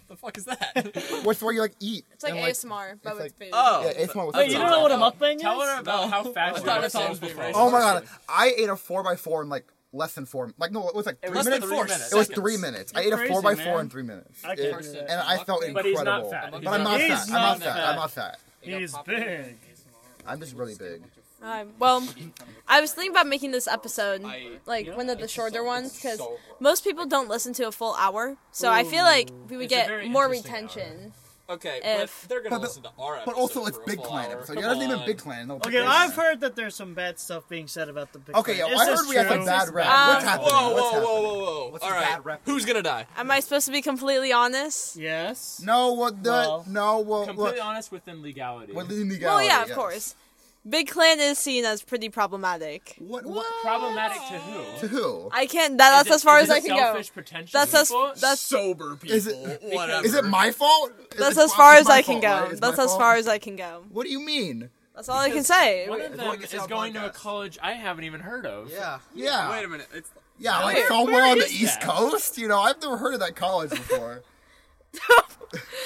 the fuck is that?
What's where you like eat?
It's like
and,
ASMR, but with
it's like-
food.
oh,
Yeah, ASMR with
Wait, you
food.
don't know what a mukbang
Tell her
is?
about how fat you
thought
were
it sounds
since
being
before.
racist.
Oh my god, I ate a four by four in like less than four. Like no, it was like three
less than
minutes.
three
it
minutes.
was three minutes. I ate a
crazy,
four by four
man.
in three minutes.
I
It-
can't do that.
and I felt incredible.
But he's not fat.
But I'm not
He's
fat. I'm not
not
fat.
fat.
I'm not fat.
He's
Got popular.
big.
I'm just really big.
Alright, well, I was thinking about making this episode like one of the shorter ones because most people don't listen to a full hour, so I feel like we would
It's a
get
very
more
interesting
retention.
okay,
If-
but they're gonna
But-
listen to our episode
But also,
for
it's
a
Big
full
Clan
hour.
episode.
Come
Yeah, that's even
on.
Big Clan. No, Big
Okay,
Clan.
I've heard that there's some bad stuff being said about the Bitcoin.
Okay, yo,
Is
I
this
heard we had
true?
like bad rap.
Ah.
What's happening?
Whoa,
What's
whoa,
happening?
whoa, whoa, whoa!
What's
All
his
right,
bad rep?
who's gonna die?
Am I supposed to be completely honest?
Yes.
No, what the?
Well,
no, what?
Completely
what
honest within legality.
what leading me
Well, yeah, of course. Big Clan is seen as pretty problematic.
What? What?
Problematic to who?
To who?
I can't. That, that's
Is it-
as far
is
as
it
I can go.
selfish, pretentious
That's as
people?
that's
Sober people.
Is it-
whatever.
Is it my fault? Is
that's
it-
as far
it's
as
my
I can
fault,
go.
right? It's
That's
my
as
fault?
far as I can go.
What do you mean?
That's all I can say.
One of them
going to
is
sell
going to a
podcasts.
college I haven't even heard of.
Yeah.
Yeah.
Wait a minute. It's
Yeah, like
Where-
somewhere
where
on the
is
East
that?
Coast. You know, I've never heard of that college before.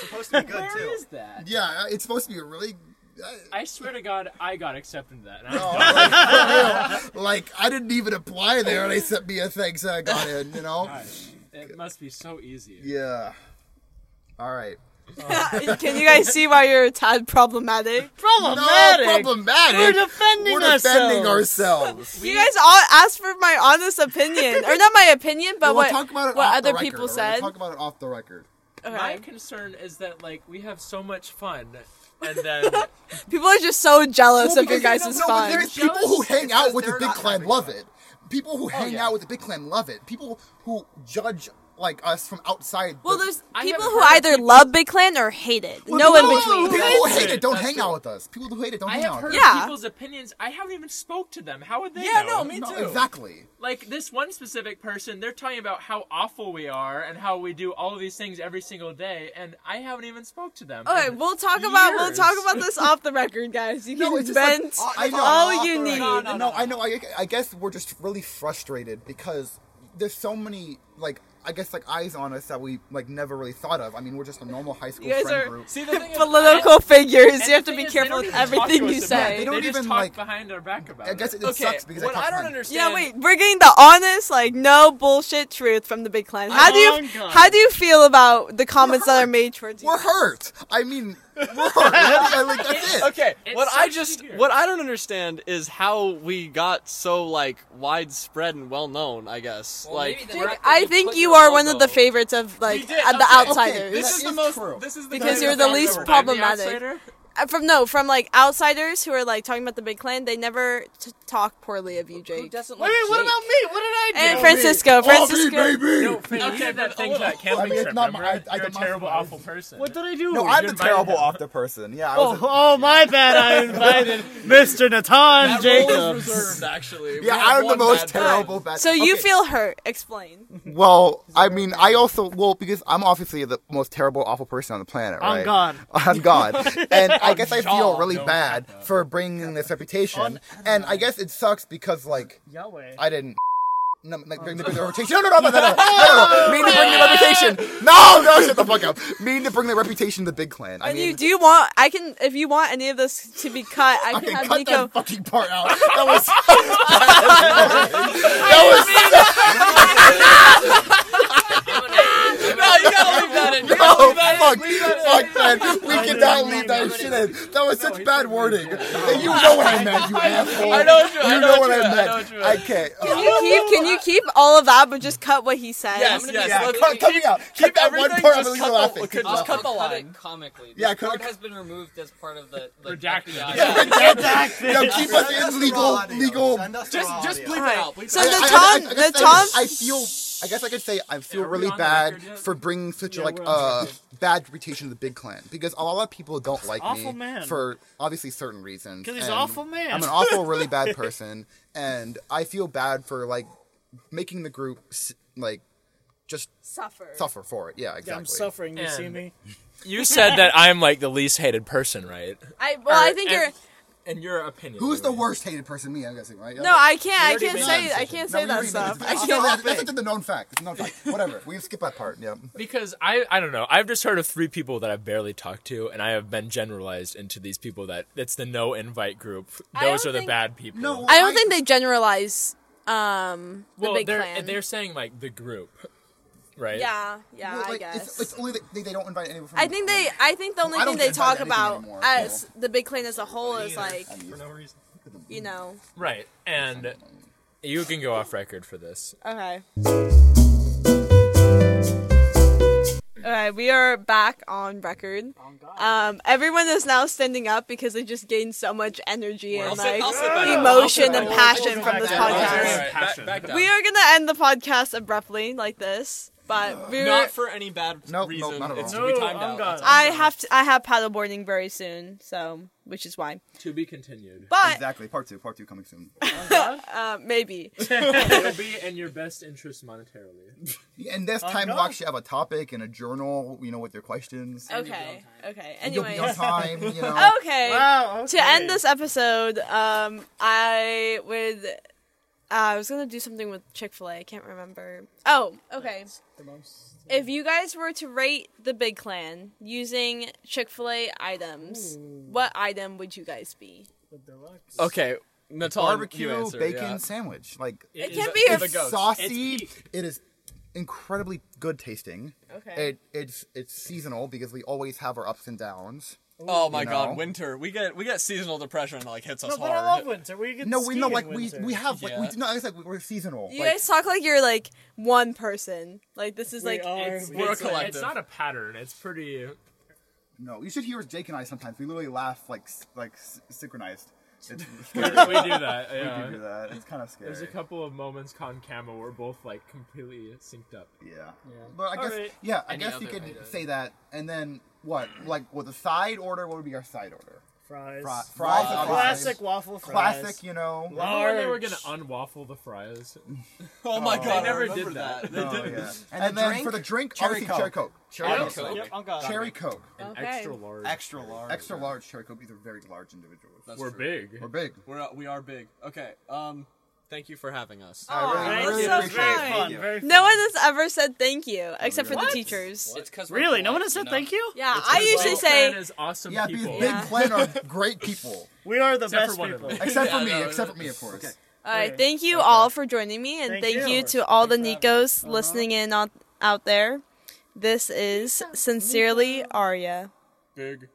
Supposed to be good
Where
too.
is that?
yeah, uh, it's supposed to be really. uh,
I swear to God, I got accepted to that. And I
Oh, like, for real. Like, I didn't even apply there, and they sent me a thing, so I got in. You know.
It must be so easy.
Yeah. All right.
can you guys see why you're a tad problematic?
Problematic.
No, problematic.
We're defending
We're defending
ourselves.
ourselves.
You guys all asked for my honest opinion, or not my opinion, but
We'll
what
talk about it
what
off the
other
record,
people
alright?
said.
We'll talk about it off the record.
My
Okay.
concern is that like we have so much fun, and then
People are just so jealous
Well,
of your
because-
guys'
no, but
fun.
There's people who hang out
because
with the
they're
big
not
clan
having
love
fun.
it. People
Oh,
who hang out with the big clan love it. People who judge like us from outside.
Well,
the-
there's
I
people
haven't
who
heard of
either
people-
love Big Clan or hate it. no
people,
in between.
People who hate it don't
That's
hang
true.
out with us. People who hate it don't
I
hang
have
out.
heard
with
Yeah.
people's opinions. I haven't even spoke to them. How would they?
Yeah,
know?
no, me
us.
too.
No, exactly.
Like this one specific person, they're talking about how awful we are and how we do all of these things every single day, and I haven't even spoke to them.
Okay,
And-
we'll talk about we'll
years.
talk about this off the record, guys. You can
No, it's just like,
vent
oh, I know,
all
off
you
the
need.
record.
No, I know. I, I guess we're just really frustrated because there's so many like I guess like eyes on us that we like never really thought of. I mean, we're just a normal high school
You guys
friend
are-
group.
See, the thing is,
Political figures.
and
you have
the
to be
thing is, they
careful with
don't even talk to
everything
us
you
about
say.
it.
They
They
don't
just
even,
talk
like-
behind our back about
I guess
it.
it,
okay.
sucks because
what
I,
I
talk
don't
behind-
understand.
yeah, wait. We're getting the honest, like no bullshit truth from the big clan. How do you
Long gone.
how do you feel about the comments that are made towards you?
We're hurt. I mean, we're hurt. I like, that's it.
Okay,
It
what I
sucks to
just
hear.
what I don't understand is how we got so like widespread and well known. I guess like
Maybe they
Jake,
have to
I
just
think
put
you
your
are one of
logo.
the favorites of like
did,
uh, the
okay.
outsiders.
Okay,
this
That
is the
is
most.
true.
This is the
Because
best
you're the
I've
least
ever heard.
problematic.
I'm the outsider.
uh, from no from like outsiders who are like talking about the big clan. They never t- talk poorly of you, Jake.
doesn't
Wait,
like
wait, what
Jake?
about me? What did I do?
And Francisco, Francisco.
Oh, baby.
you said that things that
I
can
mean,
be
it's
true.
not my-
Remember,
I- I
you're a
can
terrible,
compromise.
awful person.
What did I do?
No, I'm
You
the
invited
terrible
him.
off the person. Yeah, I
Oh,
was.
oh, my bad. I invited Mr. Natan
Role is
Jacobs.
reserved, actually. We
yeah,
have
I'm the
one
most
bad guy.
terrible. Bad.
So you
Okay,
feel hurt? Explain.
Well, I mean, I also well because I'm obviously the most terrible, awful person on the planet, right?
On Oh, God.
I'm God, and I guess I feel
John,
really
no,
bad for bringing this reputation, and I guess it sucks because like
Yahweh.
I didn't. No, like, bring the bring the reputation. No, no, no, no, no, no, no, no. Mean to bring the reputation. No, no, shut the fuck up. Mean to bring the reputation to the big clan. I
And
mean,
you do want? I can if you want any of this to be cut. I can
Okay,
have
cut
Nico.
that fucking part out. That was.
No, you gotta leave that in. You gotta
Oh
leave that
fuck!
in.
Fuck man, we cannot leave that shit in. That was such bad wording. And you know what I meant, you asshole.
I know what you,
You
I
know, what I
you-
meant. uh,
know what you
I can't.
Can you keep? Can you keep all of that, but just cut what he said?
Yes,
I'm gonna
yes.
be-
Yeah,
let's-
cut, cut me out. Cut
Keep
that one
everything,
part. I'm
just
leaving
cut
the
the-
laughing.
could- just cut the
I'll
line.
Cut it comically. The
Yeah, cut
card
it-
has been removed as part of the like,
Redacted.
FBI.
Yeah.
Yo, keep us in legal, legal.
Just, just bleep it out. Bleep
So
it out.
the
I- I- I- I
Tom,
guess I
the
could-
Tom
I feel. I guess I could say I feel
are we
really
on the
bad
record yet?
for bringing such a
Yeah,
like
we're on the
uh,
record.
bad reputation to the big clan because a lot of people don't like me
Awful man.
for obviously certain reasons.
'Cause he's
and
an awful man.
I'm an awful, really bad person, and I feel bad for like making the group s- like just
suffer.
suffer for it. Yeah, exactly.
I'm suffering. You
And-
see me?
You said that I'm like the least hated person, right?
I well, I think
and-
you're.
In your opinion.
Who's the worst hated person? Me, I'm guessing, right?
No, I can't. I
already
can't
made
say.
that
I can't
No,
say
we
that
already made
stuff.
the
I
decision.
can't.
No, that's, that's a known fact. It's a known fact. Whatever. We skip that part. Yeah.
Because I,
I, I don't know. I've just heard of three people that I've barely talked to, and I have been generalized into these people that it's the no invite group.
I
Those
don't
are the
think-
bad people.
No,
I don't think they generalize. Um, the
well,
big
they're
clan.
they're saying like the group, right?
yeah, yeah.
Well,
I
like,
guess.
It's, it's only that they, they don't invite anyone. From
I think they. I think the only
I don't
thing they
get
talk
invited to anything
about
anymore,
as the big clan as a whole is like,
For no reason.
you know.
Right. And you can go off record for this.
Okay. All right, we are back on record. Um, everyone is now standing up because they just gained so much energy and
I'll sit-
like
I'll sit back down.
emotion and
I'll
passion from this
All
podcast.
right, back, back down.
We are gonna end the podcast abruptly like this, but we were.
not for any bad
Nope,
reason.
nope, not at
it's
all.
to
No,
be timed
I'm
out.
gone.
That's all.
I have to. I have paddleboarding very soon, so which is why.
To be continued.
But
Exactly. Part two. Part two coming soon.
uh, maybe.
it'll be in your best interest monetarily.
And this time we'll
God.
actually have a topic and a journal. You know, with your questions.
Okay. Okay.
You'll be on
Anyway.
time. You know.
Okay.
Wow.
to end this episode, um, I would. Uh, I was gonna do something with Chick Fil A. I can't remember. Oh, okay. If you guys were to rate the Big Clan using Chick Fil A items, what item would you guys be?
Oh,
Okay. Natalia,
Barbecue
you answer,
bacon
yeah.
sandwich. Like
It can't be a.
the goat.
saucy. it is incredibly good tasting.
Okay.
It it's it's seasonal because we always have our ups and downs.
Oh my
You know?
god, winter. We get we get seasonal depression that like hits us
No, but
hard.
I love winter. We get
No,
to
we
ski
know
in
like
winter.
we we have like we
Yeah.
do not it's like we're seasonal.
You
like,
guys talk like you're like one person. Like this is
We
like.
are- we-
We're a
it's-
collective.
It's not a pattern. It's pretty.
no, you should hear Jake and I sometimes. We literally laugh like s- like s- synchronized. It's
We
scary.
do that. Yeah.
We do that. It's kind of scary.
There's a couple of moments con camera where we're both like completely synced up.
Yeah. But I guess
Alright.
yeah, I
Any
guess you
other
could
item.
say that and then what? Like with a side order, what would be our side order?
fries.
Fri- fries, obviously.
Classic waffle fries.
Classic, you know.
Remember when they were gonna
Large.
unwaffle the fries?
oh my god,
They never
I remember
did that.
that.
Oh, yeah. And,
the
then
drink?
for the drink,
Cherry
obviously
Coke.
cherry coke. Cherry
Cherry
coke.
Coke.
Yep, on God.
Cherry coke.
An
Okay.
extra large.
Extra large.
Extra large cherry coke. These are very large individuals.
That's
We're
true.
big.
We're big.
We're we are big. Okay. Um thank you for having us.
Aw,
I
that's
really, really
so
appreciate it.
kind.
Thank
Fun,
you.
very fun.
No one has ever said thank you except for the
What?
teachers.
It's 'cause we're
Really? No
polite,
one has said
know?
thank you?
Yeah, I usually say
is awesome
Yeah, these
people.
big
Yeah.
clan are great people.
We are the
Except
best
for one of
people.
them.
Except for me,
no,
except for me, of course.
All right, thank you all for joining me, and
Thank
thank, you.
you.
to all the Nikos listening in on, out there. This is sincerely Aria.
Big.